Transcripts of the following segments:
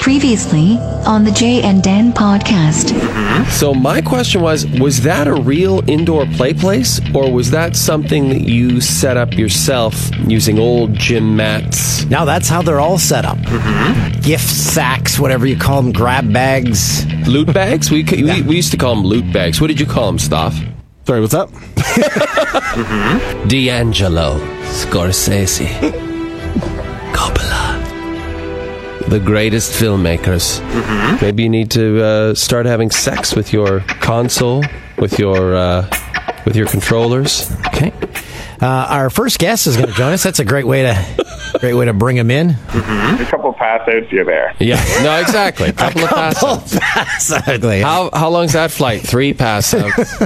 Previously on the Jay and Dan podcast. So my question was, was that a real indoor play place, or was that something that you set up yourself using old gym mats? Now that's how they're all set up. Mm-hmm. Gift sacks, whatever you call them, grab bags. Loot bags? We, c- we, we used to call them loot bags. What did you call them, Staff? Sorry, what's up? D'Angelo Scorsese. Coppola. The greatest filmmakers. Maybe you need to uh, start having sex with your console, with your uh, with your controllers. Okay. Uh, our first guest is going to join us. That's a great way to, great way to bring him in. A couple pass outs, you're there. Yeah, no, exactly. couple of passes. Exactly. How how long's that flight? Three pass outs.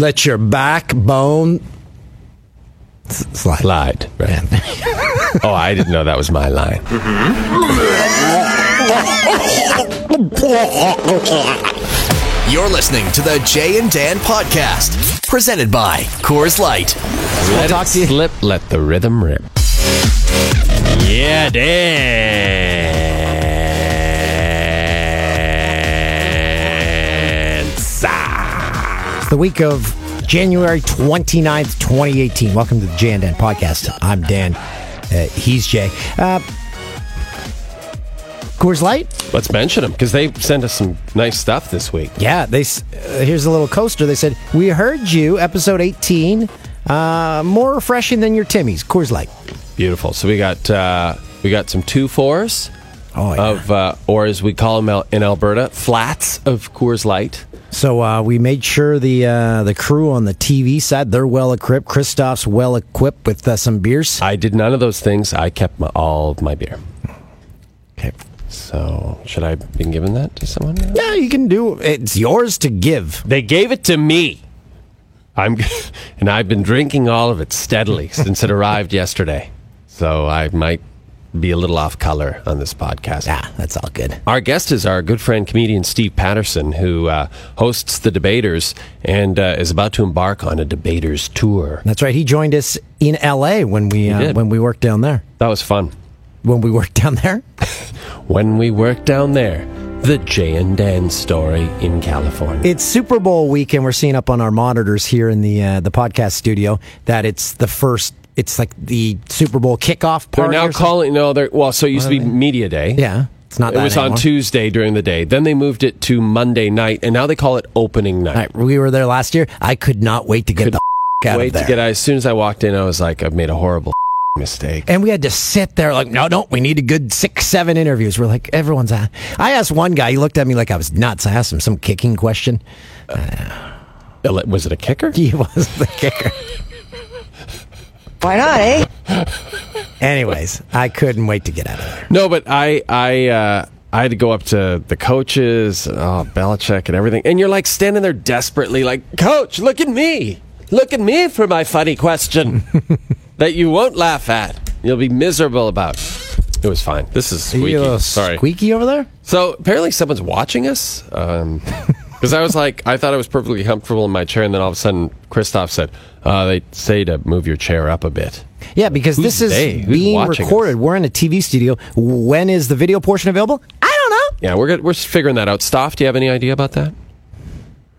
Let your backbone s- slide. Lied. Right. oh, I didn't know that was my line. Mm-hmm. You're listening to the Jay and Dan podcast, presented by Coors Light. Let talk it to you- slip. Let the rhythm rip. Yeah, dance. It's the week of January 29th, 2018. Welcome to the Jay and Dan podcast. I'm Dan. Uh, he's Jay. Uh, Coors Light? Let's mention them because they sent us some nice stuff this week. Yeah, they s- uh, here's a little coaster. They said, "We heard you, episode 18, uh, more refreshing than your Timmy's Coors Light." Beautiful. So we got uh, we got some two fours Oh, yeah. of, uh, or as we call them out in Alberta, flats of Coors Light. So uh, we made sure the uh, the crew on the TV side they're well equipped. Christoph's well equipped with uh, some beers. I did none of those things. I kept my, all of my beer. Okay. So should I have been giving that to someone? Now? Yeah, you can do. It's yours to give. They gave it to me. I'm and I've been drinking all of it steadily since it arrived yesterday. So I might be a little off color on this podcast. Yeah, Ah, that's all good. Our guest is our good friend comedian Steve Patterson, who uh, hosts the Debaters and uh, is about to embark on a Debaters tour. That's right. He joined us in L.A. when we uh, did. when we worked down there. That was fun. When we worked down there. When we worked down there, the Jay and Dan story in California. It's Super Bowl week, and we're seeing up on our monitors here in the uh, the podcast studio that it's the first. It's like the Super Bowl kickoff they're party. now or something. calling. No, they're well. So it used to be Media Day. Yeah, it's not. It that was on anymore. Tuesday during the day. Then they moved it to Monday night, and now they call it opening night. All right, we were there last year. I could not wait to get the out Wait of there. to get out. As soon as I walked in, I was like, I've made a horrible mistake. and we had to sit there like, no, no, we need a good six, seven interviews. We're like, everyone's. Uh, I asked one guy. He looked at me like I was nuts. I asked him some kicking question. Was it a kicker? He was the kicker. Why not, eh? Anyways, I couldn't wait to get out of there. No, but I, I, uh, I had to go up to the coaches, oh, Belichick, and everything. And you're like standing there desperately, like, Coach, look at me, look at me for my funny question that you won't laugh at. You'll be miserable about. It was fine. This is You a squeaky. little Sorry. squeaky over there. So apparently someone's watching us. Because I was like, I thought I was perfectly comfortable in my chair, and then all of a sudden, Christoph said, uh, "They say to move your chair up a bit." Yeah, because Who's this is they? Who's being watching recorded. us? We're in a TV studio. When is the video portion available? I don't know. Yeah, we're good. we're figuring that out. Staff, do you have any idea about that?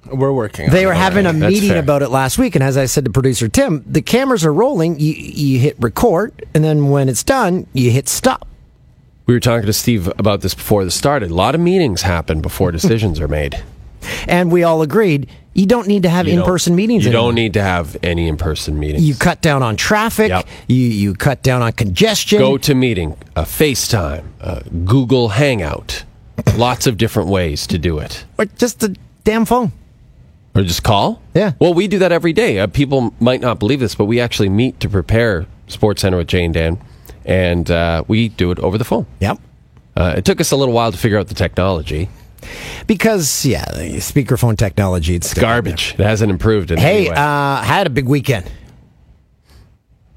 We're working. They on were it. having a that's meeting fair. about it last week, and as I said to producer Tim, the cameras are rolling. You, you hit record, and then when it's done, you hit stop. We were talking to Steve about this before this started. A lot of meetings happen before decisions are made. And we all agreed you don't need to have You don't- in-person meetings. You anymore. don't need to have any in-person meetings. You cut down on traffic. Yep. You you cut down on congestion. go to meeting, a FaceTime, a Google Hangout. Lots of different ways to do it. or just the damn phone. Or just call? Yeah. Well, we do that every day. Uh, people might not believe this, but we actually meet to prepare Sports Center with Jay and Dan, and uh, we do it over the phone. Yep. Uh, it took us a little while to figure out the technology. Because yeah, the speakerphone technology. It's, Garbage. It hasn't improved. In Hey, any way. uh, had a big weekend.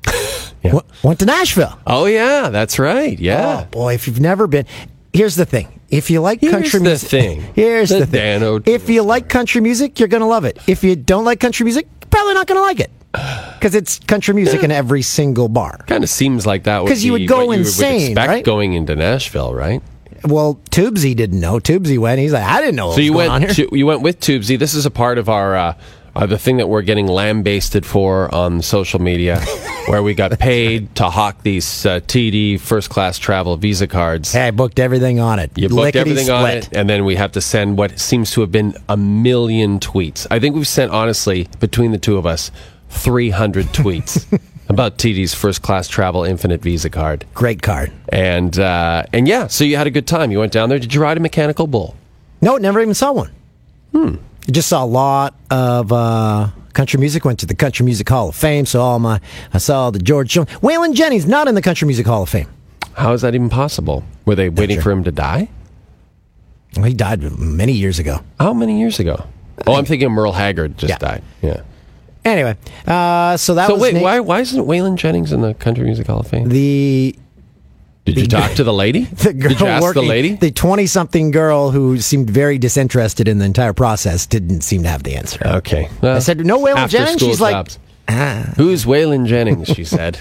Yeah. Ah. W- went to Nashville. oh yeah, that's right. Oh Yeah. boy, if you've never been, here's the thing. If you like Here's country the music, thing. here's the, The thing. Dan O'Toole if you like country music, you're gonna love it. If you don't like country music, you're probably not gonna like it. because it's country music in every single bar. Kind of seems like that would 'Cause you be would go what you insane, would expect right? going into Nashville, right? Well, Tubesy didn't know. Tubesy went. He's like, I didn't know. What So you was going on here. went to, you went with Tubesy. This is a part of our uh, uh, the thing that we're getting lambasted for on social media, where we got paid to hawk these uh, TD first class travel Visa cards. Hey, I booked everything on it. You booked Lickety everything on split. it, and then we have to send what seems to have been a million tweets. I think we've sent, honestly, between the two of us, 300 tweets about TD's first class travel infinite Visa card. Great card. And uh, and yeah, so you had a good time. You went down there. Did you ride a mechanical bull? No, never even saw one. Hmm. I just saw a lot of uh, country music. Went to the Country Music Hall of Fame. So all my, I saw the George Jones. Waylon Jennings not in the Country Music Hall of Fame. How is that even possible? Were they waiting sure. for him to die? Well, he died many years ago. How many years ago? Oh, I'm thinking Merle Haggard just Yeah. died. Yeah. Anyway, uh, so that So was wait, Nate- why why isn't Waylon Jennings in the Country Music Hall of Fame? the Did you talk to the lady? the girl Did you ask working, the lady? the twenty-something girl who seemed very disinterested in the entire process, didn't seem to have the answer. Okay. I said, "No Waylon Uh, after Jennings?" school She's like, "Ah." jobs. "Who's Waylon Jennings?" She said.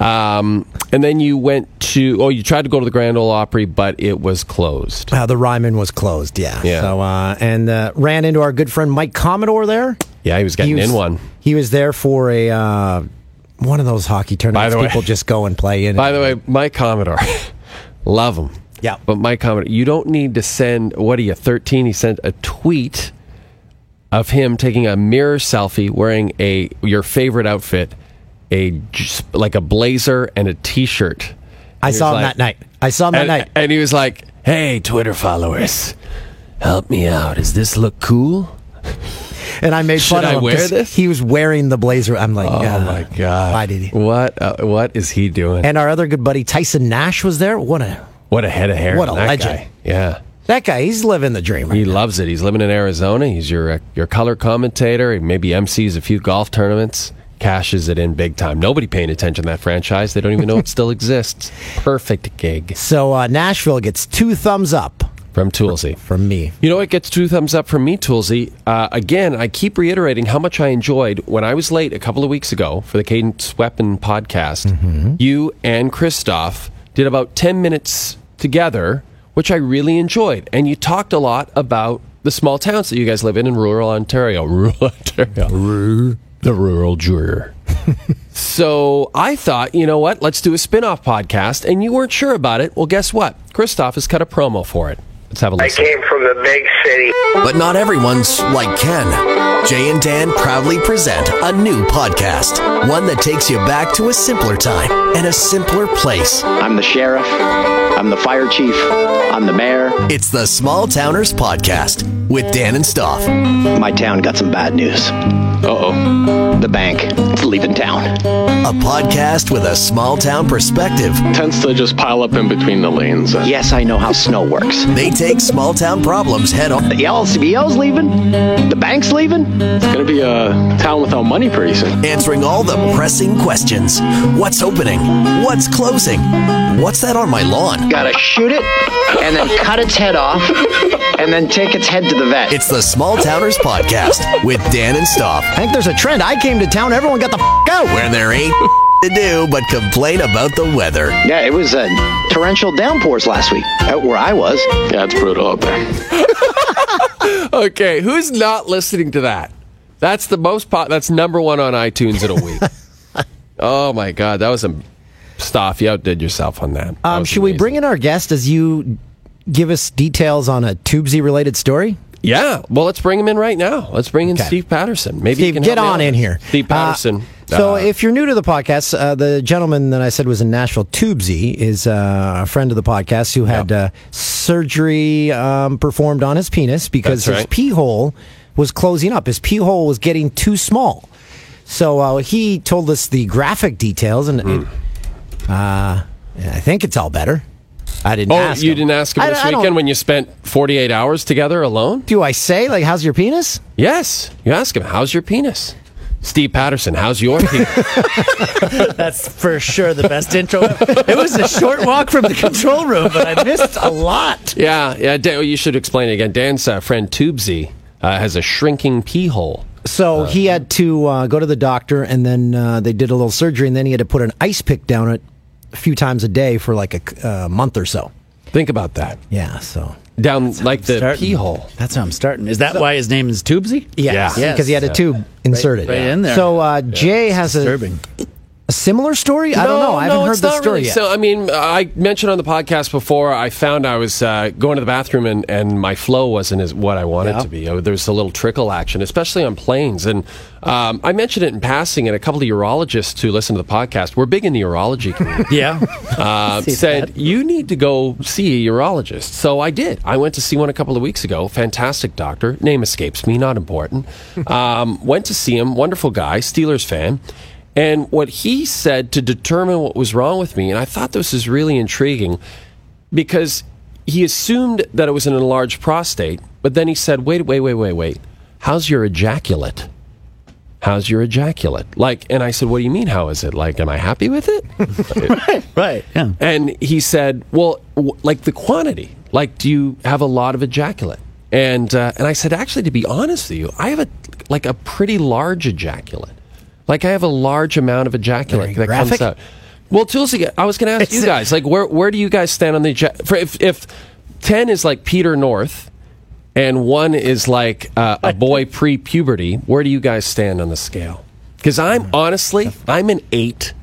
um, and then you went to. Oh, you tried to go to the Grand Ole Opry, but it was closed. Uh, the Ryman was closed, yeah. Yeah. So uh, and uh, ran into our good friend Mike Commodore there. Yeah, he was getting in one. He was there for a uh, one of those hockey By tournaments. the way- people just go and play in. By the way, my Commodore, love him. Yeah. But my Commodore, you don't need to send. What are you? Thirteen? He sent a tweet of him taking a mirror selfie wearing a your favorite outfit, a j- like a blazer and a t-shirt. I saw him like- that night. I saw him that and, night. and he was like, "Hey, Twitter followers, help me out. Does this look cool?" And I made Should fun of I him wear 'cause this? he was wearing the blazer. I'm like, Oh my god! Why did he? What? Uh, what is he doing? And our other good buddy Tyson Nash was there. What a what a head of hair! What on a that legend. guy. Yeah, that guy. He's living the dream. Right? he loves it. He's living in Arizona. He's your uh, your color commentator. He maybe MCs a few golf tournaments. Cashes it in big time. Nobody paying attention to that franchise. They don't even know it still exists. Perfect gig So uh, Nashville gets two thumbs up from Toolsy. from me. You know, it gets two thumbs up from me, Toolsy. Uh, again, I keep reiterating how much I enjoyed when I was late a couple of weeks ago for the Cadence Weapon podcast. You and Christoph did about 10 minutes together, which I really enjoyed. And you talked a lot about the small towns that you guys live in in rural Ontario. Rural Ontario. The rural juror. So I thought, you know what? Let's do a spin off podcast. And you weren't sure about it. Well, guess what? Christoph has cut a promo for it. Let's have a I listen. came from the big city. But not everyone's like Ken. Jay and Dan proudly present a new podcast, one that takes you back to a simpler time and a simpler place. I'm the sheriff. I'm the fire chief. I'm the mayor. It's the Small Towners Podcast with Dan and Stoff. My town got some bad news. Uh oh. The bank. It's leaving town. A podcast with a small town perspective. tends to just pile up in between the lanes. Yes, I know how snow works. They take small town problems head on. The LCBO's leaving. The bank's leaving. It's gonna be a town without money pretty soon. answering all the pressing questions. What's opening? What's closing? What's that on my lawn? Gotta shoot it and then cut its head off and then take its head to the vet. It's the Small Towners Podcast with Dan and Stoff, I think there's a trend. I came to town. Everyone got the f- out. where there ain't to do but complain about the weather. yeah, it was uh, torrential downpours last week out where I was. Yeah, it's brutal up there. Okay, who's not listening to that? That's the most pop. That's number one on iTunes in a week. oh my god, that was a stuff. You outdid yourself on that. That Um, was should we amazing. bring in our guest as you give us details on a Tubesy related story? Yeah, well, let's bring him in right now. Let's bring in Okay. Steve Patterson. Maybe he Steve, can get help me on out. in here. Steve Uh, Patterson. so, Uh, if you're new to the podcast, uh, the gentleman that I said was in Nashville, Tubesy, is uh, a friend of the podcast who had uh, surgery um, performed on his penis because That's his right. pee hole was closing up. His pee hole was getting too small. So, uh, he told us the graphic details, and it, uh, I think it's all better. I didn't Hmm. oh, ask. you him. didn't ask him I- this I don't- weekend when you spent 48 hours together alone? do I say like how's your penis? Yes, you ask him. How's your penis? Steve Patterson, how's your penis? That's for sure the best intro. It was a short walk from the control room, but I missed a lot. oh, yeah, yeah. Dan, you should explain it again. Dan's uh, friend Tubesy uh, has a shrinking pee hole. So he had to uh, go to the doctor, and then uh, they did a little surgery, and then he had to put an ice pick down it a few times a day for like a c- uh, month or so. Think about that. Yeah. So Down like the starting. pee hole. That's how I'm starting. Is that why his name is Tubesy? Yeah. because he had a tube inserted right in there. So uh, Jay has a, Disturbing. a similar story. I don't know. I haven't heard it's the not story really yet. So, I mean, I mentioned on the podcast before, I found I was uh, going to the bathroom and, and my flow wasn't as what I wanted Yeah. to be. Uh, There was a little trickle action, especially on planes. And um, I mentioned it in passing, and a couple of urologists who listen to the podcast, we're big in the urology community. Yeah. uh, said you need to go see a urologist. So I did. I went to see one a couple of weeks ago. Fantastic doctor. Name escapes me. Not important. um, went to see him. Wonderful guy. Steelers fan. And what he said to determine what was wrong with me, and I thought this was really intriguing because he assumed that it was an enlarged prostate, but then he said, "Wait, wait, wait, wait, wait. How's your ejaculate?" How's your ejaculate? Like, and I said, What do you mean? How is it? Like, am I happy with it? right. Yeah. And he said, "Well, w- like the quantity. Like, do you have a lot of ejaculate?" And uh, and I said, "Actually, to be honest with you, I have a like a pretty large ejaculate. Like, I have a large amount of ejaculate that comes graphic? out." Well, Tulsi, I was going to ask you guys, like, where where do you guys stand on the ejac- for if if ten is like Peter North. And one is like uh, a boy pre-puberty. Where do you guys stand on the scale? Because I'm honestly, I'm an eight,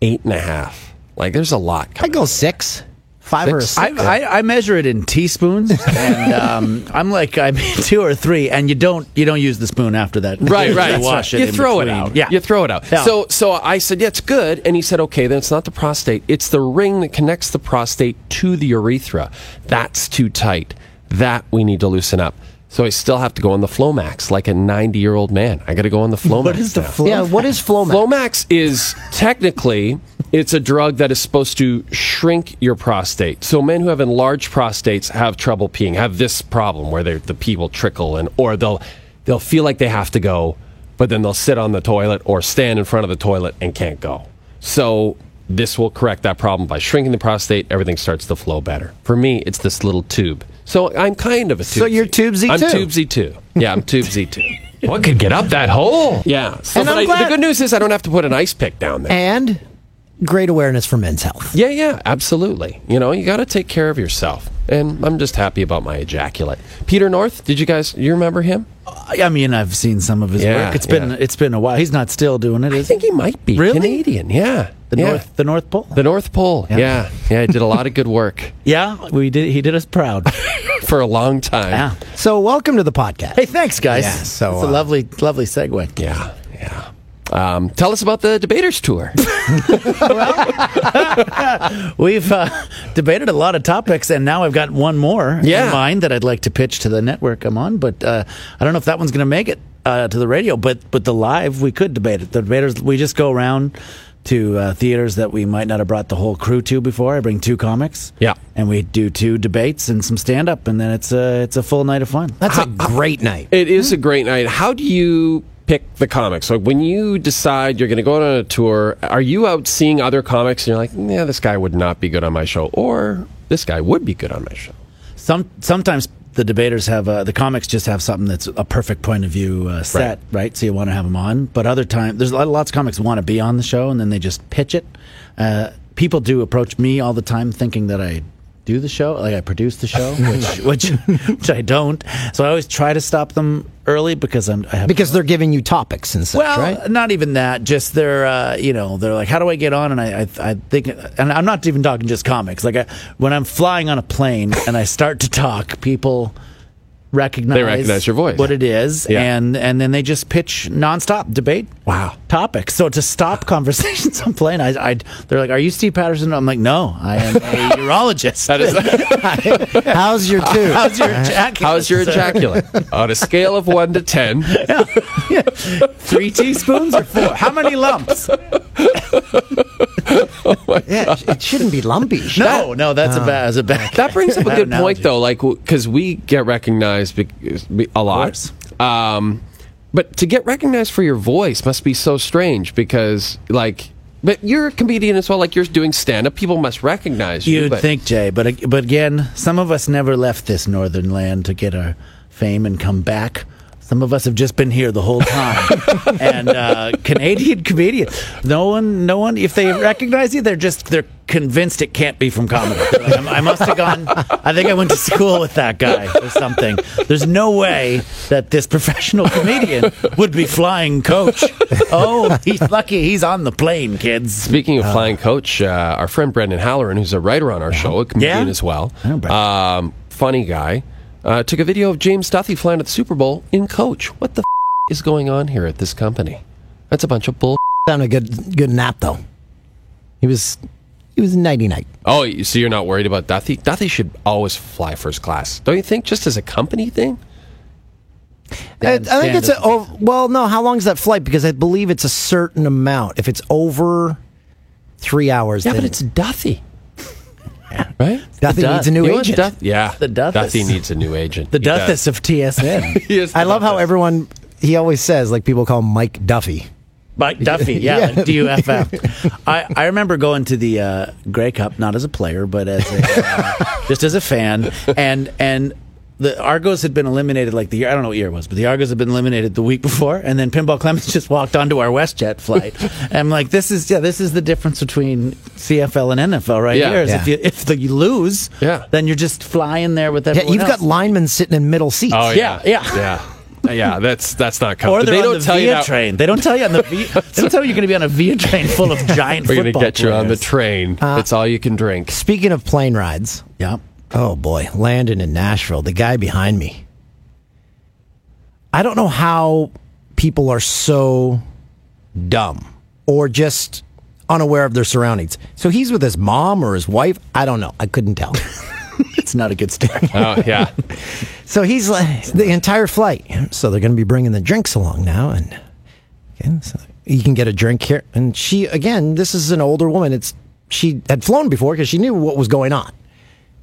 eight and a half. Like there's a lot. I Coming. go six, five or a Six? six. I, I, I measure it in teaspoons, and um, I'm like I'm two or three, and you don't you don't use the spoon after that. Right, You right. Wash it. you in throw it between. out. Yeah, you throw it out. Yeah. So, so I said, yeah, it's good. And he said, okay, then it's not the prostate. It's the ring that connects the prostate to the urethra. That's too tight. That we need to loosen up. So I still have to go on the Flomax like a 90 year old man. I got to go on the Flomax. What is the now. flow? yeah. What is Flomax? Flomax is technically it's a drug that is supposed to shrink your prostate. So men who have enlarged prostates have trouble peeing, have this problem where they the pee will trickle and or they'll they'll feel like they have to go, but then they'll sit on the toilet or stand in front of the toilet and can't go. So this will correct that problem by shrinking the prostate. Everything starts to flow better. For me, it's this little tube. So I'm kind of a tubesy. So you're tubesy I'm too. tubesy too. Yeah, I'm tubesy too. What could get up that hole? Yeah. So And but I'm I- glad- the good news is I don't have to put an ice pick down there. and great awareness for men's health. yeah, yeah, absolutely. You know, you got to take care of yourself. And I'm just happy about my ejaculate. Peter North, did you guys, you remember him? I mean, I've seen some of his Yeah, work. It's been yeah. it's been a while. He's not still doing it. I Is think he might be Really? Canadian. Yeah. the yeah. North the North Pole? The North Pole. Yeah. Yeah. I did a lot of good work yeah, we did. He did us proud. for a long time. yeah. So welcome to the podcast. Hey, thanks, guys. Yeah, so, it's a uh, lovely lovely segue. Yeah. Yeah. Um, tell us about the debaters tour. We've uh, debated a lot of topics, and now I've got one more Yeah. in mind that I'd like to pitch to the network I'm on. But uh, I don't know if that one's going to make it uh, to the radio. But but the live, we could debate it. The debaters, we just go around to uh, theaters that we might not have brought the whole crew to before. I bring two comics, Yeah. and we do two debates and some stand up, and then it's a it's a full night of fun. That's a great night. It is a great night. How do you pick the comics? Like when you decide you're going to go out on a tour, are you out seeing other comics and you're like, yeah, this guy would not be good on my show, or this guy would be good on my show? Some sometimes the debaters have uh, the comics just have something that's a perfect point of view uh, set, right. So you want to have them on. But other time, there's a lot, lots of comics want to be on the show and then they just pitch it. Uh, people do approach me all the time thinking that I do the show, like I produce the show, which which which I don't. So I always try to stop them early because I'm I have Because they're giving you topics and such, well, right? not even that. Just they're, uh, you know, they're like, how do I get on? And I, I, I think, and I'm not even talking just comics. Like I, when I'm flying on a plane and I start to talk, people recognize They recognize your voice. what it is, Yeah. and and then they just pitch nonstop debate. Wow. topics. So to stop conversations on plane, I, I, they're like, are you Steve Patterson? I'm like, no, I am a urologist. That is, How's your two? How's your jacket? how's your ejaculate? on a scale of one to ten, Three teaspoons or four? How many lumps? yeah, it shouldn't be lumpy. No, no, that's a bad. That's a bad. that brings up a Bad good analogy. point though. Like because we get recognized bec- a lot, course. um, but to get recognized for your voice must be so strange because like. But you're a comedian as well. Like you're doing stand up, people must recognize you. You'd but- think, Jay, but but again, some of us never left this northern land to get our fame and come back. Some of us have just been here the whole time. and uh, Canadian comedian, no one, no one. If they recognize you, they're just they're convinced it can't be from comedy. They're like, I must have gone. I think I went to school with that guy or something. There's no way that this professional comedian would be flying coach. Oh, he's lucky he's on the plane, kids. Speaking of flying coach, uh, our friend Brendan Halloran, who's a writer on our show, a comedian Yeah? as well, I know Brendan. um, funny guy, uh, took a video of James Duffy flying at the Super Bowl in coach. What the f- is going on here at this company? That's a bunch of bull. Found a good good nap though. He was he was ninety night. Oh, you- so you're not worried about Duffy? Duffy should always fly first class, don't you think? Just as a company thing. I, I Dan think it's a doesn't- oh, well no. How long is that flight? Because I believe it's a certain amount. If it's over three hours, Yeah, then but it's Duffy, right? Duffy Duff. needs a new You want agent. Duff- yeah, The Duffus. Duffy needs a new agent. The He does. Duthus of TSN. He is the I love how Duffus. everyone he always says like people call him Mike Duffy. Mike Duffy, yeah, Yeah. like DUFF. I, I remember going to the uh, Grey Cup not as a player, but as a, uh, just as a fan, and and the Argos had been eliminated like the year I don't know what year it was, but the Argos had been eliminated the week before, and then Pinball Clemens just walked onto our WestJet flight. and I'm like, this is yeah, this is the difference between CFL and NFL right Yeah. here. Is If Yeah. you if the, you lose, Yeah. then you're just flying there with Yeah, everyone. you've got else. linemen sitting in middle seats. Oh yeah, Yeah, yeah, yeah. Yeah, That's that's not coming. Or they're they on don't the tell Via you that. train. They don't tell you on the Via. they don't tell you you're going to be on a Via train full of giant. We're gonna football get you on the players. train. That's all you can drink. Speaking of plane rides, Yeah. oh boy, Landon in Nashville, the guy behind me. I don't know how people are so dumb or just unaware of their surroundings. So he's with his mom or his wife. I don't know. I couldn't tell. It's not a good start. Oh yeah. So he's like the entire flight. So they're going to be bringing the drinks along now, and okay, so you can get a drink here. And she again, this is an older woman. It's she had flown before because she knew what was going on.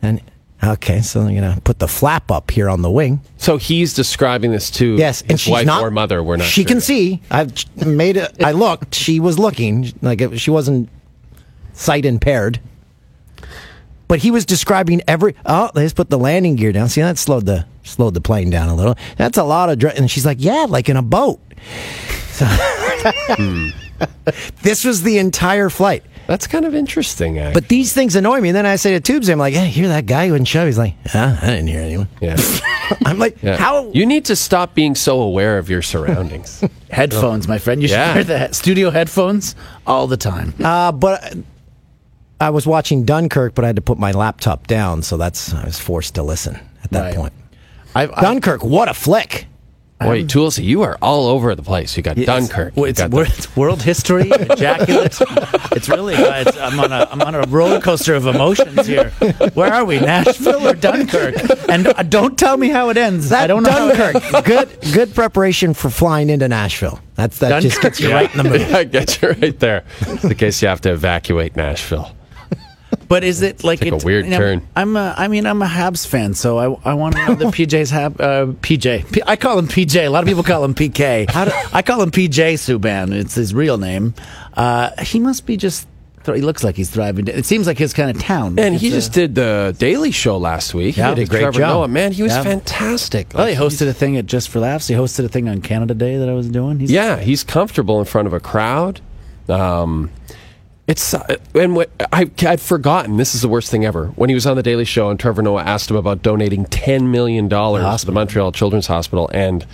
And okay, so they're going to put the flap up here on the wing. So he's describing this to Yes, and his she's wife not or mother. We're not. She sure can yet. see. I've made it. I looked. She was looking. Like it, she wasn't sight impaired. But he was describing every. Oh, they just put the landing gear down. See, that slowed the slowed the plane down a little. That's a lot of. Dr-. And she's like, yeah, like in a boat. So this was the entire flight. That's kind of interesting, actually. But these things annoy me. And then I say to Tubes, I'm like, hey, hear that guy who wouldn't shove? He's like, huh? I didn't hear anyone. yeah. I'm like, Yeah. how? you need to stop being so aware of your surroundings. Headphones, my friend. You should Yeah. wear the he- studio headphones all the time. Uh, but I was watching Dunkirk, but I had to put my laptop down, so that's I was forced to listen at that Right. point. I've, I've, Dunkirk, what a flick! Wait, Toolsy, you are all over the place. You got Dunkirk. It's, well, you it's, got wor- the- it's world history, ejaculate. it's really, uh, it's, I'm, on a, I'm on a roller coaster of emotions here. Where are we, Nashville or Dunkirk? And uh, don't tell me how it ends. That I don't know. how it ends. Dunkirk, good good preparation for flying into Nashville. That's that just Dunkirk, gets you yeah. right in the mood. yeah, I get you right there. In case you have to evacuate Nashville. But is it like Took a it- weird you know, turn. I'm a, I mean, I'm a Habs fan, so I, I want to know the PJ's Hab uh, PJ. P- I call him PJ. A lot of people call him PK. I call him PJ Subban. It's his real name. Uh, he must be just. Th- he looks like he's thriving. It seems like his kind of town. And It's he a- just did the Daily Show last week. Yeah, he did a with great Trevor job. Noah. Man, he was Yeah. fantastic. Well, Like, he hosted a thing at Just for Laughs. He hosted a thing on Canada Day that I was doing. He's, Yeah, he's comfortable in front of a crowd. Um, it's uh, and what, I, I've forgotten. This is the worst thing ever. When he was on the Daily Show, and Trevor Noah asked him about donating ten million dollars to the hospital. Montreal Children's Hospital, and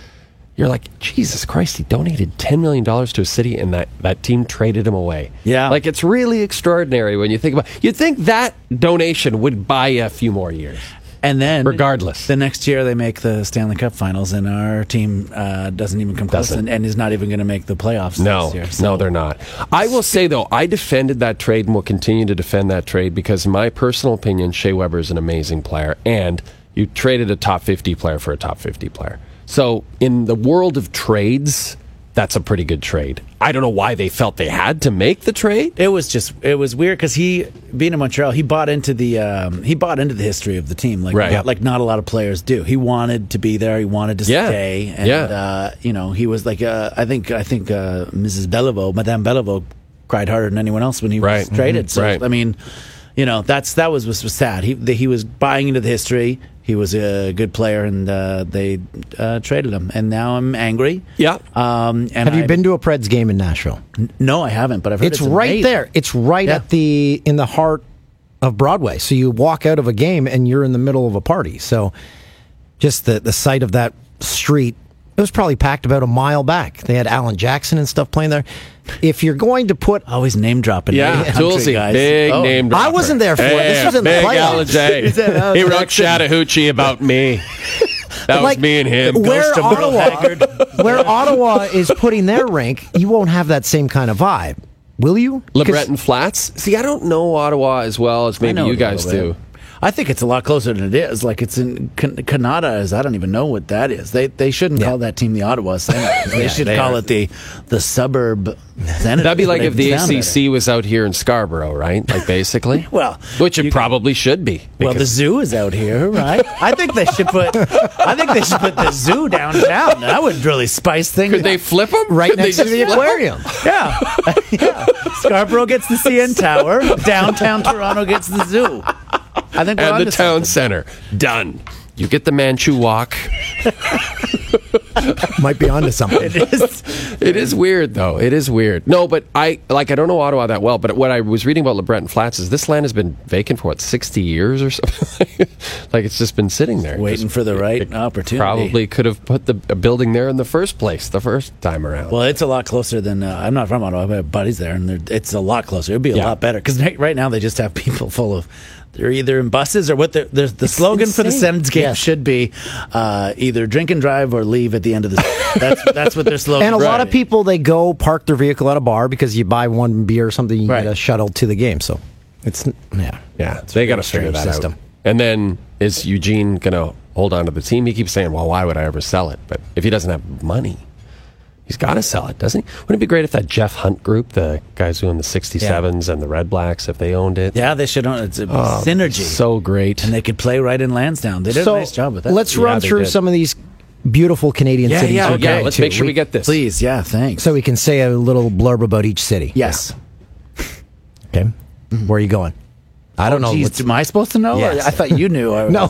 you're like, Jesus Christ, he donated ten million dollars to a city, and that that team traded him away. Yeah. like it's really extraordinary when you think about. You'd think that donation would buy you a few more years. And then, Regardless. the next year they make the Stanley Cup Finals, and our team uh, doesn't even come close, Doesn't. and, and is not even going to make the playoffs. No, this year, so- no, they're not. I will say though, I defended that trade and will continue to defend that trade because, in my personal opinion, Shea Weber is an amazing player, and you traded a top fifty player for a top fifty player. So, in the world of trades, that's a pretty good trade. I don't know why they felt they had to make the trade. It was just it was weird because he being in Montreal, he bought into the um, he bought into the history of the team like Right. not- like not a lot of players do. He wanted to be there. He wanted to Yeah. stay. And, Yeah. Uh, you know, he was like uh, I think I think uh, Mrs. Beliveau, Madame Beliveau, cried harder than anyone else when he Right. was traded. Mhm. Mm-hmm. So Right. I mean, you know, that's that was was, was sad. He the, he was buying into the history. He was a good player, and uh, they uh, traded him. And now I'm angry. Yeah. Uh, Um, and Have you I- been to a Preds game in Nashville? No, I haven't. But I've heard It's, it's, right amazing. there. It's right Yeah. at the in the heart of Broadway. So you walk out of a game and you're in the middle of a party. So just the the sight of that street, it was probably packed about a mile back. They had Alan Jackson and stuff playing there. If you're going to put always name dropping, Yeah, Toolsy, big Oh, name. Oh. I wasn't there for it. This Yeah, was in the big playoffs. "Oh, Alan Jay. Is that Alan he wrote Jackson? Chattahoochee about me. That was Like, me and him. Where Ottawa, where Ottawa is putting their rink, you won't have that same kind of vibe, will you? 'Cause- LeBreton Flats. See, I don't know Ottawa as well as I maybe know you it a guys little do. bit. I think it's a lot closer than it is. Like it's in Can- Canada is. I don't even know what that is. They they shouldn't call that team the Ottawa Senators. They Yeah, should they call are. it the the suburb Senators. That'd be like They if the sound better. ACC was out here in Scarborough, right? Like basically. Well, which it probably should be. Well, the because- zoo is out here, right? I think they should put. I think they should put the zoo downtown. That would really spice things. could they flip them Right next to the aquarium. Yeah. yeah. Scarborough gets the CN Tower. Downtown Toronto gets the zoo. I think we're and the onto town something. center. Done. You get the Manchu Walk. Might be onto something. It is. It is weird, though. It is weird. No, but I like I don't know Ottawa that well. But what I was reading about LeBreton Flats is this land has been vacant for what sixty years or something. like it's just been sitting there, Waiting for the right opportunity. Probably could have put the a building there in the first place, the first time around. Well, it's a lot closer than uh, I'm not from Ottawa. My buddies there, and they're- it's a lot closer. It'd be a Yeah. lot better because right now they just have people full of. They're either in buses or what? They're, they're, the slogan for the insane. Sens game Yes. should be uh, either drink and drive or leave at the end of the. That's that's what their slogan. And a lot of should be. people they go park their vehicle at a bar because you buy one beer or something, you Right. get a shuttle to the game. So it's yeah, yeah, they got to figure strange that system. out. And then is Eugene gonna hold on to the team? He keeps saying, "Well, why would I ever sell it?" But if he doesn't have money. He's got to sell it, doesn't he? Wouldn't it be great if that Jeff Hunt group, the guys who own the 67s and the Red Blacks, if they owned it? Yeah, they should own it's a synergy, So great. and they could play right in Lansdowne. They did Oh, so a nice job with that. Let's Yeah, run they through did. some of these beautiful Canadian Yeah, cities. yeah, we're yeah. going Let's to. make sure we get this. please. Yeah, thanks. so we can say a little blurb about each city. yes. Okay. Mm-hmm. Where are you going? Oh, I don't know. Oh, Geez, what's- am I supposed to know? Yes. I thought you knew. I- No.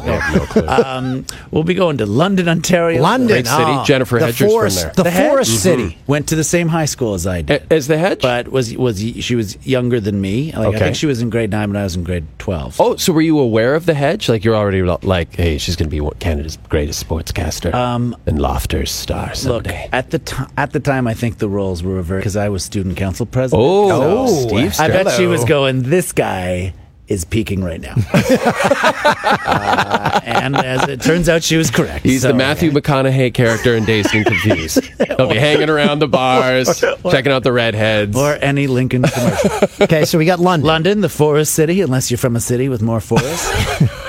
um, we'll be going to London, Ontario. London, Great city. ah, Jennifer the Hedges from forest, there. The, The Hedge? forest city. Went to the same high school as I did, A- As the hedge? but was was she was younger than me. Like I Okay. think she was in grade nine, but I was in grade twelve. oh, so were you aware of the hedge? Like you're already lo- like, hey, she's going to be one, Canada's greatest sportscaster um, and Lofter's star Look, someday. at the time, at the time, I think the roles were reversed because I was student council president. Oh, So Steve I bet Stern. she was going. This guy is peaking right now, Uh, and as it turns out, she was correct. He's So- the Matthew McConaughey character in Dazed and Confused. He'll be hanging around the bars, checking out the redheads. or any Lincoln commercial. Mm-hmm. Okay, so we got London. London, the forest city, unless you're from a city with more forests.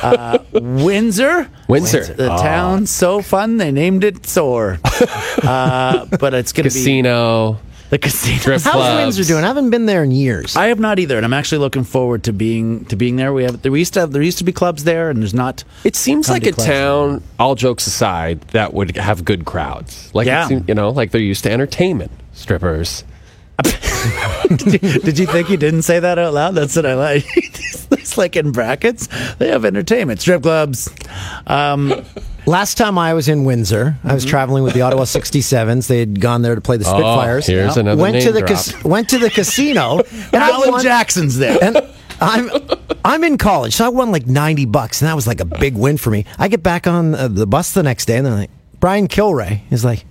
uh, Windsor. Windsor. The Ah. town so fun they named it Soar. uh, but it's going to be casino. the casino. Strip How's club. Windsor clubs. doing? I haven't been there in years. I have not either, and I'm actually looking forward to being to being there. We have there used to have, there used to be clubs there, and there's not. It seems Come like to a class. town, all jokes aside, that would have good crowds. Like, it Yeah. seem- you know, like they're used to entertainment, strippers. Did you think you didn't say that out loud? That's what I like. It's- It's like in brackets. They have entertainment, strip clubs. Um, Last time I was in Windsor, I was Mm-hmm. traveling with the Ottawa 67s. They had gone there to play the Spitfires. Oh, here's another went to name the drop. went to the casino. and I Alan won- Jackson's there. And I'm I'm in college, so I won like 90 bucks, and that was like a big win for me. I get back on uh, the bus the next day, and they're like, Brian Kilray is like,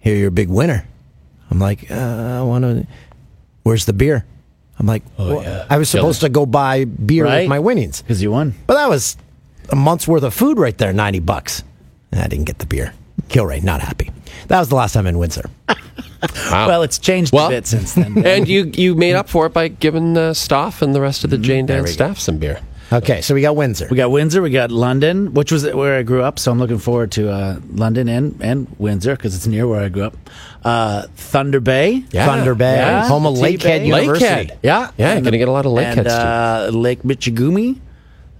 "Here, you're a big winner." I'm like, uh, "I want to." Where's the beer? I'm like, Oh, "Well, I was supposed to go buy beer Right. with my winnings, Because you won. but that was a month's worth of food right there, 90 bucks. And I didn't get the beer. Kilray, not happy. That was the last time in Windsor. Oh. Well, it's changed Well- a bit since then. And you, you made up for it by giving uh, Staff and the rest Mm, of the Jane Dan staff some beer. Okay, so we got Windsor. We got Windsor, we got London, which was where I grew up. So I'm looking forward to uh, London and, and Windsor because it's near where I grew up. Uh, Thunder Bay. Yeah. Thunder Bay, Yeah. home of T-Bay. Lakehead University. Lakehead. Yeah. Yeah, And gonna the- get a lot of Lakehead and, uh, Lake Michigumi.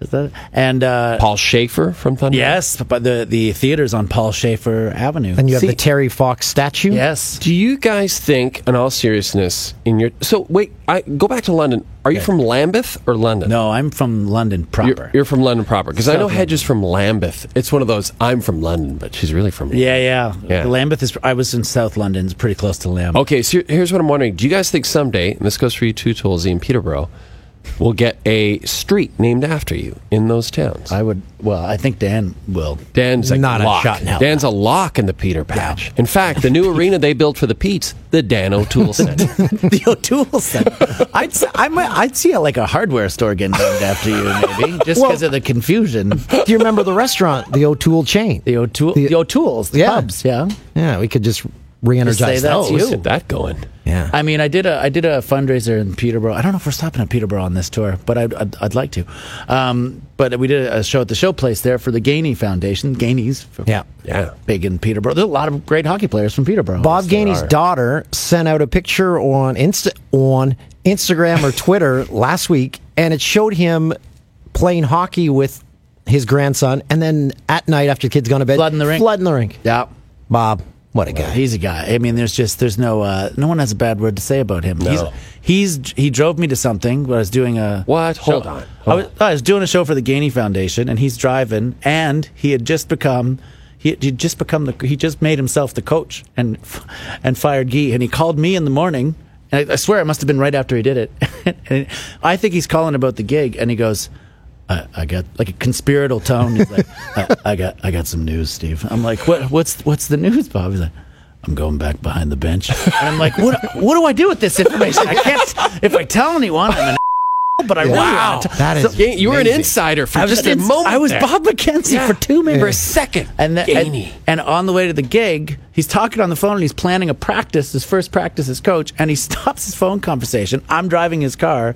Is that and uh, Paul Schaefer from Thunder? Yes, but the the theater's on Paul Schaefer Avenue. And you have See, the Terry Fox statue. yes, Do you guys think, in all seriousness, in your so wait, I go back to London. Are you from Lambeth or London? no, I'm from London proper. You're, you're from London proper because I know Hedge is from Lambeth. It's one of those. I'm from London, but she's really from. London. yeah, yeah, Yeah. Lambeth is. I was in South London. It's pretty close to Lambeth. Okay, so here- here's what I'm wondering. Do you guys think someday, and this goes for you too, Tulsi and Peterborough, we'll get a street named after you in those towns? I would. Well, I think Dan will. Dan's a Not a lock. shot in hell. Dan's a lock in the Peter patch. In fact, the new arena they built for the Pete's, the Dan O'Toole Center. the O'Toole Center. I'd s- I might, I'd see it like a hardware store getting named after you, maybe, just because of the confusion. Do you remember the restaurant, the O'Toole chain? The O'Toole, The- the, O'Toole's, the Yeah. pubs, yeah. Yeah, we could just Just re-energize say those. that's you. Get that going. Yeah. I mean, I did a I did a fundraiser in Peterborough. I don't know if we're stopping at Peterborough on this tour, but I'd I'd, I'd like to. Um, but we did a show at the Showplace there for the Gainey Foundation. Gainey's f- yeah. Yeah. big in Peterborough. There's a lot of great hockey players from Peterborough. Bob Gainey's daughter sent out a picture on Insta- on Instagram or Twitter last week, and it showed him playing hockey with his grandson, and then at night after the kid's gone to bed, Flooding the rink. flooding the rink. yeah. Bob, what a guy! He's a guy. I mean, there's just there's no uh, no one has a bad word to say about him. No. He's he's he drove me to something. But I was doing a What? show- Hold on. I, was, I was uh, doing a show for the Gainey Foundation, and he's driving, and he had just become. He had he'd just become the. He just made himself the coach and f- and fired Gee. And he called me in the morning. And I, I swear it must have been right after he did it. and I think he's calling about the gig, and he goes, I, I got like a conspiratorial tone. He's like, I, I got, I got some news, Steve. I'm like, what, what's, what's the news, Bob? He's like, I'm going back behind the bench. And I'm like, what, what do I do with this information? I can't. If I tell anyone, I'm an. But I really Wow. want to tell- That is Yeah, you were an insider for I was just a ins- moment. I was there. Bob McKenzie for two minutes. For a second. And, the, Gainey. and and on the way to the gig, he's talking on the phone and he's planning a practice, his first practice as coach, and he stops his phone conversation. I'm driving his car,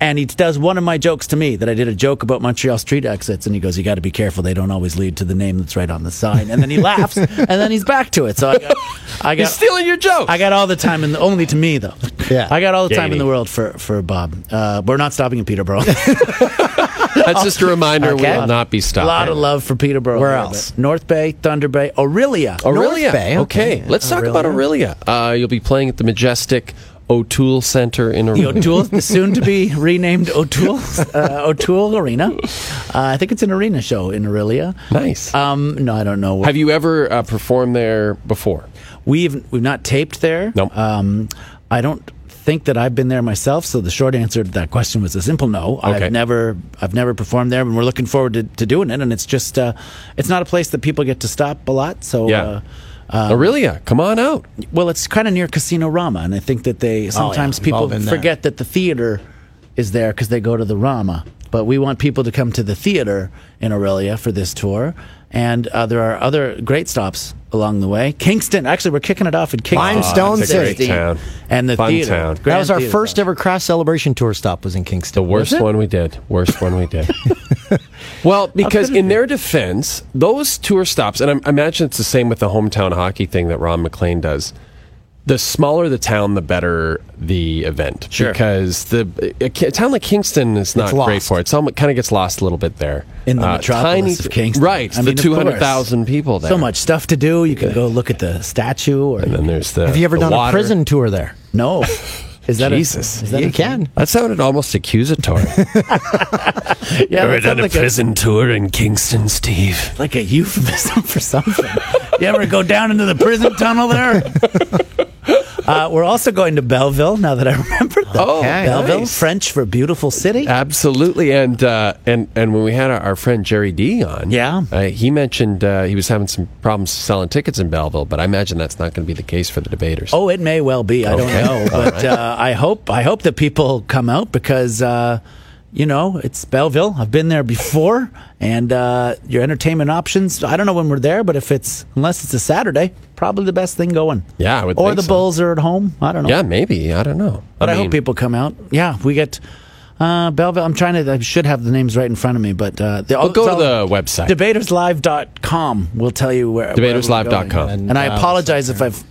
and he does one of my jokes to me that I did a joke about Montreal street exits, and he goes, "You got to be careful; they don't always lead to the name that's right on the sign." And then he laughs, and then he's back to it. So I got, I got He's stealing your joke. I got all the time, and only to me though. Yeah. I got all the time Gainey. in the world for for Bob. Uh, we're not stopping in Peterborough. That's just a reminder Okay. we will not be A stopping. lot of love for Peterborough. Where there, else? but North Bay, Thunder Bay, Aurelia. Aurelia. North Bay, okay. okay. Let's talk about Aurelia. Uh, you'll be playing at the Majestic O'Toole Center in The Aurelia. O'Toole, the soon-to-be renamed O'Toole, uh, O'Toole Arena. Uh, I think it's an arena show in Aurelia. Nice. Um, no, I don't know. Have you ever uh, performed there before? We've we've not taped there. Nope. Um, I don't think that I've been there myself. So the short answer to that question was a simple no. Okay. I've never I've never performed there, and we're looking forward to, to doing it. And it's just uh, it's not a place that people get to stop a lot. So Yeah. uh, Aurelia, come on out. Well, it's kind of near Casino Rama, and I think that they sometimes We've all people been there. forget that the theater is there because they go to the Rama. But we want people to come to the theater in Aurelia for this tour, and uh, there are other great stops along the way. Kingston, actually, we're kicking it off in Kingston, Limestone that's a great City. town. and the Fun theater. town. that Grand was our Theater. first ever crash celebration tour stop. Was in The Kingston. worst one we did. Worst one we did. well, because in their defense, those tour stops, and I'm- I imagine it's the same with the hometown hockey thing that Ron McLean does. The smaller the town, the better the event. Sure. Because the a, ki- a town like Kingston is not lost. great for it. It's almost kind of gets lost a little bit there In the metropolis Uh, tiny- of Kingston. Right, I mean, of the course. two hundred thousand people there. So much stuff to do. You can go look at the statue, or And then there's the. Have you ever the done water. a prison tour there? no. Is that Jesus. A, is that you a can. That sounded almost accusatory. thing? Yeah, that sounds like a- tour in Kingston, Steve? like a euphemism for something. you ever go down into the prison tunnel there? uh, we're also going to Belleville now that I remember that. Oh, Okay, Belleville, nice. Uh, French for beautiful city. Absolutely, and uh, and and when we had our, our friend Jerry D on, Yeah. uh, he mentioned uh, he was having some problems selling tickets in Belleville, but I imagine that's not going to be the case for the debaters. Oh, it may well be. I Okay. don't know, but uh, I hope I hope that people come out because uh, you know it's Belleville. I've been there before, and uh, your entertainment options. I don't know when we're there, but if it's unless it's a Saturday, probably the best thing going. Yeah, I would Or think the so. Bulls are at home. I don't know. yeah, maybe I don't know. But I, mean, hope people come out. Yeah, we get uh, Belleville. I'm trying to. I should have the names right in front of me, but uh, they all Well, go to the website. Debaterslive.com. We'll tell you where. Debaterslive.com. wherever we're going. And I uh, apologize if I've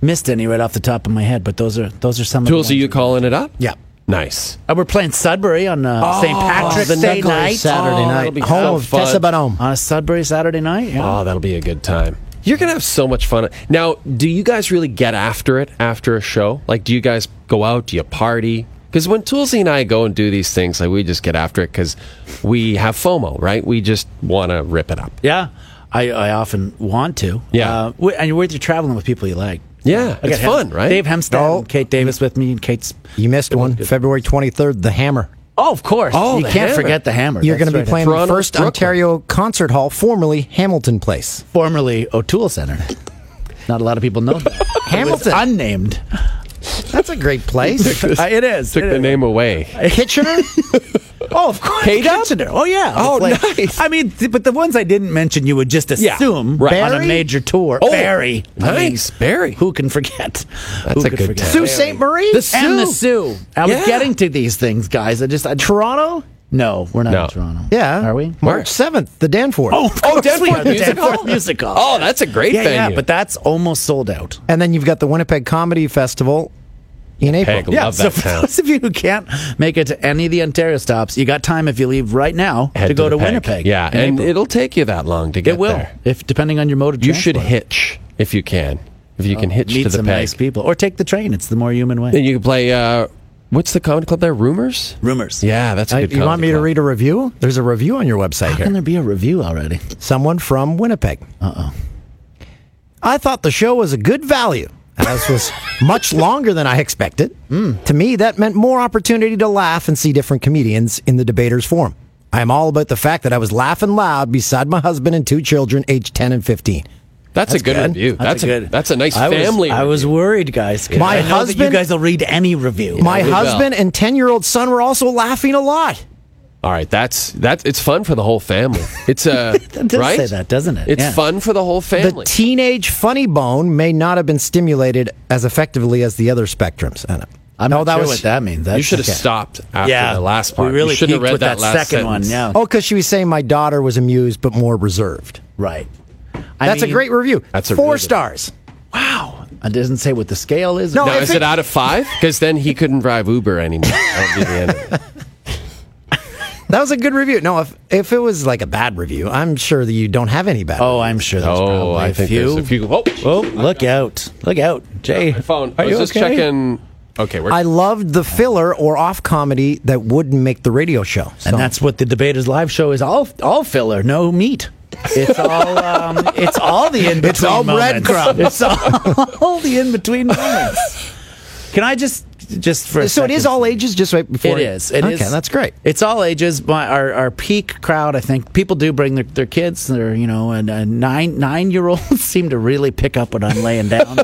missed any right off the top of my head, but those are those are some. of the Tools, are ones. you calling it up? Yeah. Nice. Uh, we're playing Sudbury on uh, Oh, St. Patrick's the Day Knuckles night. Saturday Oh, night. that'll be Home so of fun. Tessa Bonhomme. On a Sudbury Saturday night. Yeah. Oh, that'll be a good time. You're gonna have so much fun. Now, do you guys really get after it after a show? Like, do you guys go out? Do you party? Because when Toolsy and I go and do these things, like we just get after it because we have FOMO, right? We just want to rip it up. Yeah, I, I often want to. Yeah. uh, wi- and you're with you're traveling with people you like. Yeah, I it's got fun, right? Dave Hemstead, and Kate Davis with me, and Kate's. You missed one. February 23rd, The Hammer. Oh, of course. Oh, you the can't Hammer. forget the hammer. You're going That's to be right. playing Toronto, the first Brooklyn. Ontario Concert Hall, formerly Hamilton Place. formerly O'Toole Center. Not a lot of people know that. It was Hamilton. unnamed. That's a great place. Uh, it is. Took it the is. name away. Kitchener? Oh, of course. Kitchener. Oh, yeah. Oh, It's nice. I mean, th- but the ones I didn't mention, you would just Yeah, assume right. on a Barry? major tour. Oh, Barry. nice. Barry. Who can forget? That's a good time. Sault Ste. Marie? The Sioux. And the Sioux. I was Yeah. getting to these things, guys. I just. I, Toronto? No, we're not No. in Toronto. Yeah. Are we? March 7th, the Danforth. of Oh, course we Danforth are. Music Hall? Danforth Music Hall. Oh, that's a great yeah, Yeah, venue. but that's almost sold out. And then you've got the Winnipeg Comedy Festival in April. Peg, love so that for town. those of you who can't make it to any of the Ontario stops, you got time if you leave right now Head to go to, the Peg. Winnipeg. Yeah, in and April. it'll take you that long to get it will there. if depending on your mode of You should transport. hitch if you can. If you can hitch Oh, meet to the some peg, nice people or take the train. It's the more human way. then you can play. Uh, what's the comedy club there? Rumors. Rumors. Yeah, that's a Uh, good. you want comedy me to club. read a review? There's a review on your website How can here. there be a review already? Someone from Winnipeg. Uh oh. I thought the show was a good value. As was much longer than I expected. Hmm. To me, that meant more opportunity to laugh and see different comedians in the debaters forum. I am all about the fact that I was laughing loud beside my husband and two children, aged 10 and 15. That's, a good, review. That's, a good. That's a nice I was- family. I was review. worried, guys. 'cause My I know that husband- you guys will read any review. my we will. husband and 10 year old son were also laughing a lot. All right, that's that's it's fun for the whole family. It's uh, It does right? say that, doesn't it? It's Yeah. fun for the whole The family. teenage funny bone may not have been stimulated as effectively as the other spectrums. I know. I'm No, not that sure was- what that means. you That's- should have okay. stopped after yeah, the last part. We really you should have peaked read with that, last second one. sentence. Yeah, Oh, because she was saying my daughter was amused but more reserved. right. I That's mean, a great review. That's a four really good- stars. It doesn't say what the scale is. No, Now if is it- it out of five? Because then he couldn't drive Uber anymore. That would be the end of it. That was a good review. No, if if it was like a bad review, I'm sure that you don't have any bad. Oh, I'm sure. There's Oh, probably I think there's a few. Oh, Oh, look out! Look out, Jay. phone. Are I was you just okay? checking. Okay, we're I loved the filler or off comedy that wouldn't make the radio show. So- And that's what the debaters live show is all all filler, no meat. It's all um, it's all the in between. It's all breadcrumbs. It's all, all the in between moments. Can I just just for a so it second- is all ages. Just right before It is. It okay, is- that's great. It's all ages. My our, our peak crowd, I think, people do bring their, their kids. Their you know, and uh, nine nine year olds seem to really pick up what I'm laying down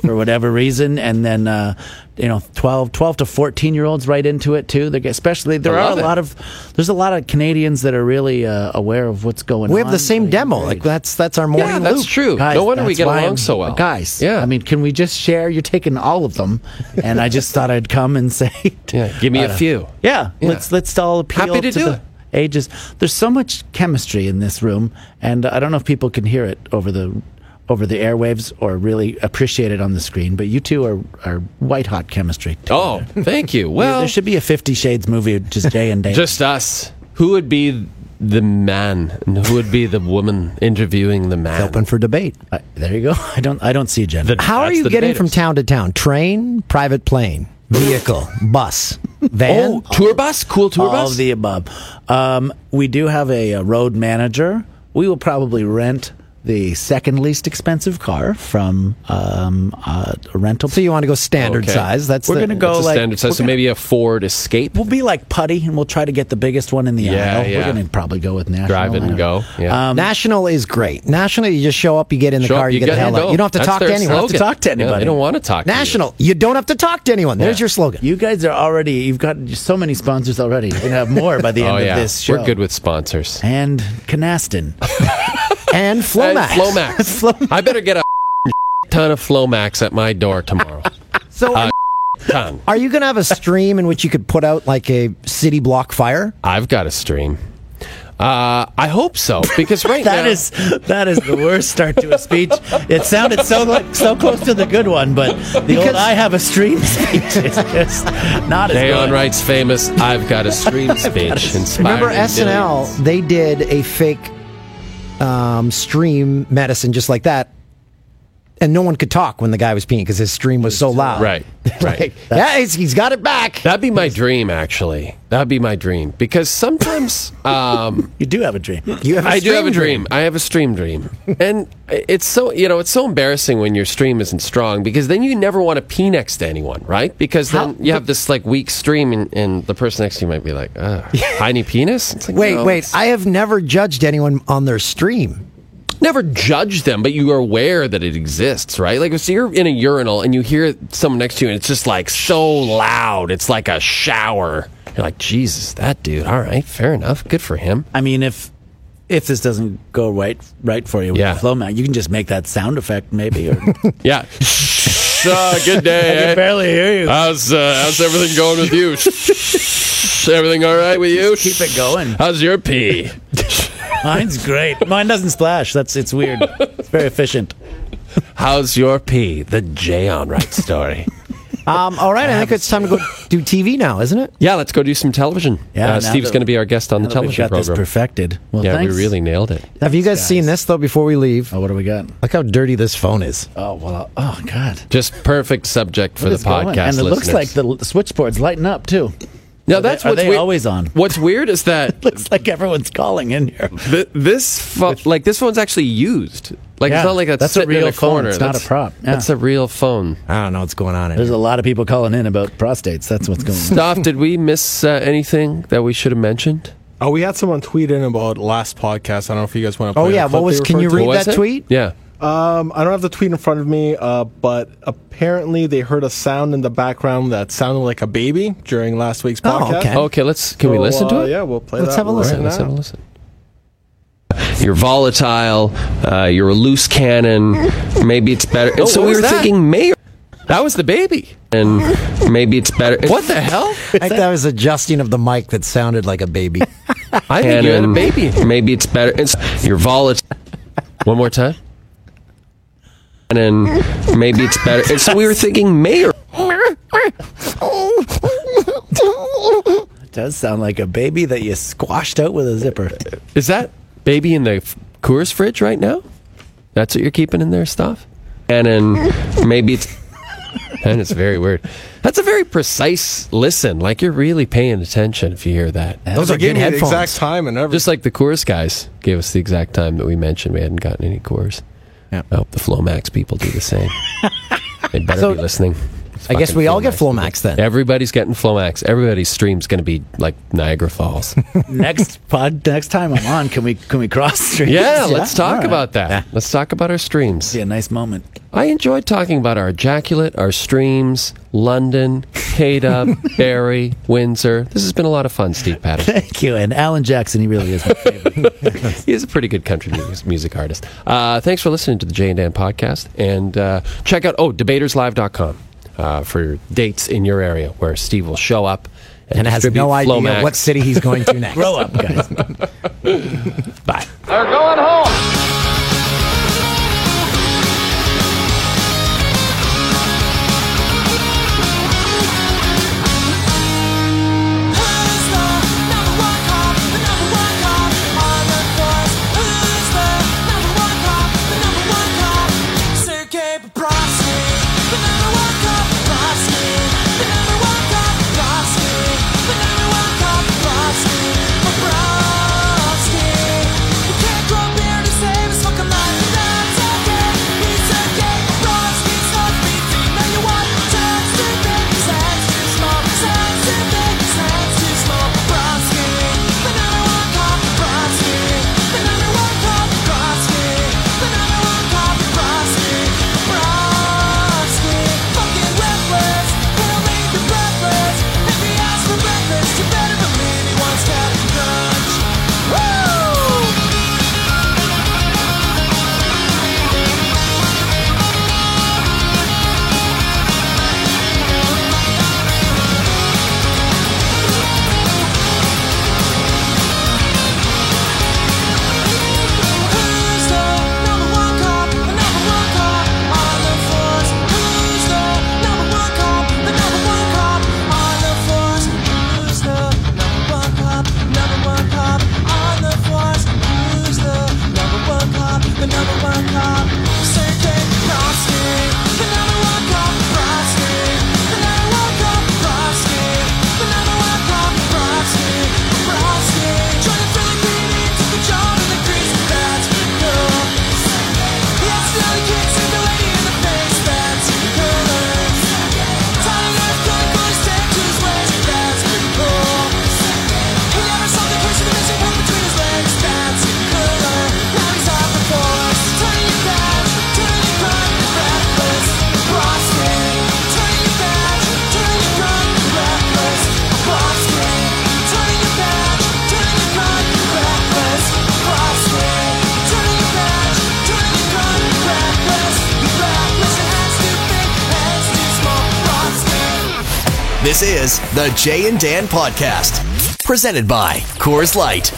for whatever reason. And then uh, you know, 12, 12 to fourteen year olds right into it too. They get, especially there I are love a it. lot of there's a lot of Canadians that are really uh, aware of what's going on. We have the same Like, demo. great. Like that's that's our morning. yeah, that's loop. true. Guys, no wonder we that's get why along I'm- so well, Guys, Yeah, I mean, can we just share? You're taking all of them, and I just thought I'd come and say, yeah, give me a few. yeah, Yeah. let's let's all appeal Happy to do the it. ages. There's so much chemistry in this room, and I don't know if people can hear it over the over the airwaves or really appreciate it on the screen. But you two are are white hot chemistry. Oh, thank you. well, Well, there should be a Fifty Shades movie with just Jay and Dave. Just us. Who would be the man and who would be the woman interviewing the man? Open for debate. Uh, there you go. I don't I don't see gender. How are That's you the getting debaters. from town to town? Train, private plane, vehicle, bus, Oh, van. tour bus? Cool tour all bus? of the above. Um, we do have a, uh road manager. We will probably rent the second least expensive car from um, uh, a rental. So you want to go standard Okay. size? That's We're the, gonna go That's a like- standard we're size. So gonna- maybe a Ford Escape. We'll be like putty, and we'll try to get the biggest one in the Yeah, aisle. yeah. We're gonna probably go with national. Um, Drive it I and don't go. know. Yeah. National is great. National, you just show up, you get in the Show up, car, you, get, the hell and out. go. You don't have to That's talk to their anyone. have to slogan. talk to Yeah, anybody. they don't want to talk to you. National, you don't have to talk to anyone. There's your slogan. You guys are already. You've got so many sponsors already. You're gonna have more by the end Oh, yeah. of this show. We're good with sponsors. And Canaston. and Flomax. Hey, Flomax. I better get a ton of Flomax at my door tomorrow. So, Uh, ton. are you going to have a stream in which you could put out like a city block fire? I've got a stream. Uh, I hope so because right That now is- that is the worst start to a speech. It sounded so like so close to the good one, but the old "I have a stream" speech is just not as Dayon good. Wright's famous "I've Got a Stream" speech. inspiring Remember SNL? millions. They did a fake um, stream medicine just like that, and no one could talk when the guy was peeing because his stream was so loud. Right, right. Yeah, he's, he's got it back. That'd be my dream, actually. That'd be my dream because sometimes um, You do have a dream. You have. A I do have a stream dream. I have a stream dream, and it's so you know it's so embarrassing when your stream isn't strong because then you never want to pee next to anyone, right? Because then you have this like weak stream, and, and the person next to you might be like, Ugh, "Tiny penis." It's like, Wait, no, wait. it's- I have never judged anyone on their stream. never judge them, but you are aware that it exists, right? Like, if you're in a urinal and you hear someone next to you and it's just like so loud, it's like a shower. You're like, Jesus, that dude. All right, fair enough. Good for him. I mean, if if this doesn't go right right for you with Yeah. the flow mat, you can just make that sound effect maybe. Or Yeah. uh, good day. eh? barely hear you. How's uh, how's everything going with you? everything all right with you? Keep it going. How's your pee? Mine's great. Mine doesn't splash. That's it's weird. It's very efficient. How's your pee? The J on right story. Um, all right, I think it's time to go do TV now, isn't it? yeah, let's go do some television. Yeah, uh, now Steve's that- going to be our guest on the Now that we've television got this program. perfected. Well, yeah, thanks. we really nailed it. Have you guys seen this though? Before we leave, Oh, what do we got? look how dirty this phone is. Oh well. Oh God. Just perfect subject for What the is going on? podcast. and it looks listeners. like the l- switchboard's lighting up too. now that's are what's they wei- always on? What's weird is that Looks like everyone's calling in here. th- this pho- like this one's actually used. Like Yeah, it's not like that's a sitting in real a phone. corner. It's not a That's- prop. Yeah. That's a real phone. I don't know what's going on. In There's here. a lot of people calling in about prostates. That's what's going on. Duff, did we miss uh, anything that we should have mentioned? Oh, we had someone tweet in about last podcast. I don't know if you guys want to. Oh, yeah, what was- can you What Read was that it? tweet? Yeah. Um, I don't have the tweet in front of me, uh, but apparently they heard a sound in the background that sounded like a baby during last week's Oh, podcast. okay. Okay, let's. Can we So, listen to uh, it? Yeah, we'll play Let's that have a right All right, listen. let's now. have a listen. You're volatile. Uh, you're a loose cannon. Maybe it's better. Oh, And so what we was were that? thinking, Mayor. That was the baby. And maybe it's better. What the hell? I think that was adjusting of the mic that sounded like a baby. I think you had a baby. Maybe it's better. It's, you're volatile. One more time. And then maybe it's better. And so we were thinking, Mayor. It does sound like a baby that you squashed out with a zipper. Is that baby in the f- Coors fridge right now? That's what you're keeping in there, stuff? And then maybe it's. And it's very weird. That's a very precise listen. Like you're really paying attention if you hear that. Those They are gave me good the headphones. exact time and everything. Just like the Coors guys gave us the exact time that we mentioned we hadn't gotten any Coors. Yeah. I hope the Flomax people do the same. they better So- be listening. I guess we all get Flomax. Flomax then. Everybody's getting Flomax. Everybody's stream's going to be like Niagara Falls. Next pod, next time I'm on, can we can we cross streams? yeah, let's All talk right. about that. Let's talk about our streams. Be a nice moment. I enjoyed talking about our ejaculate, our streams, London, K Dub, Barry, Windsor. This has been a lot of fun, Steve Patterson. Thank you. And Alan Jackson, he really is my favorite. He's a pretty good country music, music artist. Uh, thanks for listening to the Jay and Dan podcast. And uh, check out, oh, debaterslive.com uh, for dates in your area where Steve will show up and, and has distribute no idea Flomax. what city he's going to next. Grow up, guys. Bye. Can't grow big This is the Jay and Dan Podcast, presented by Coors Light.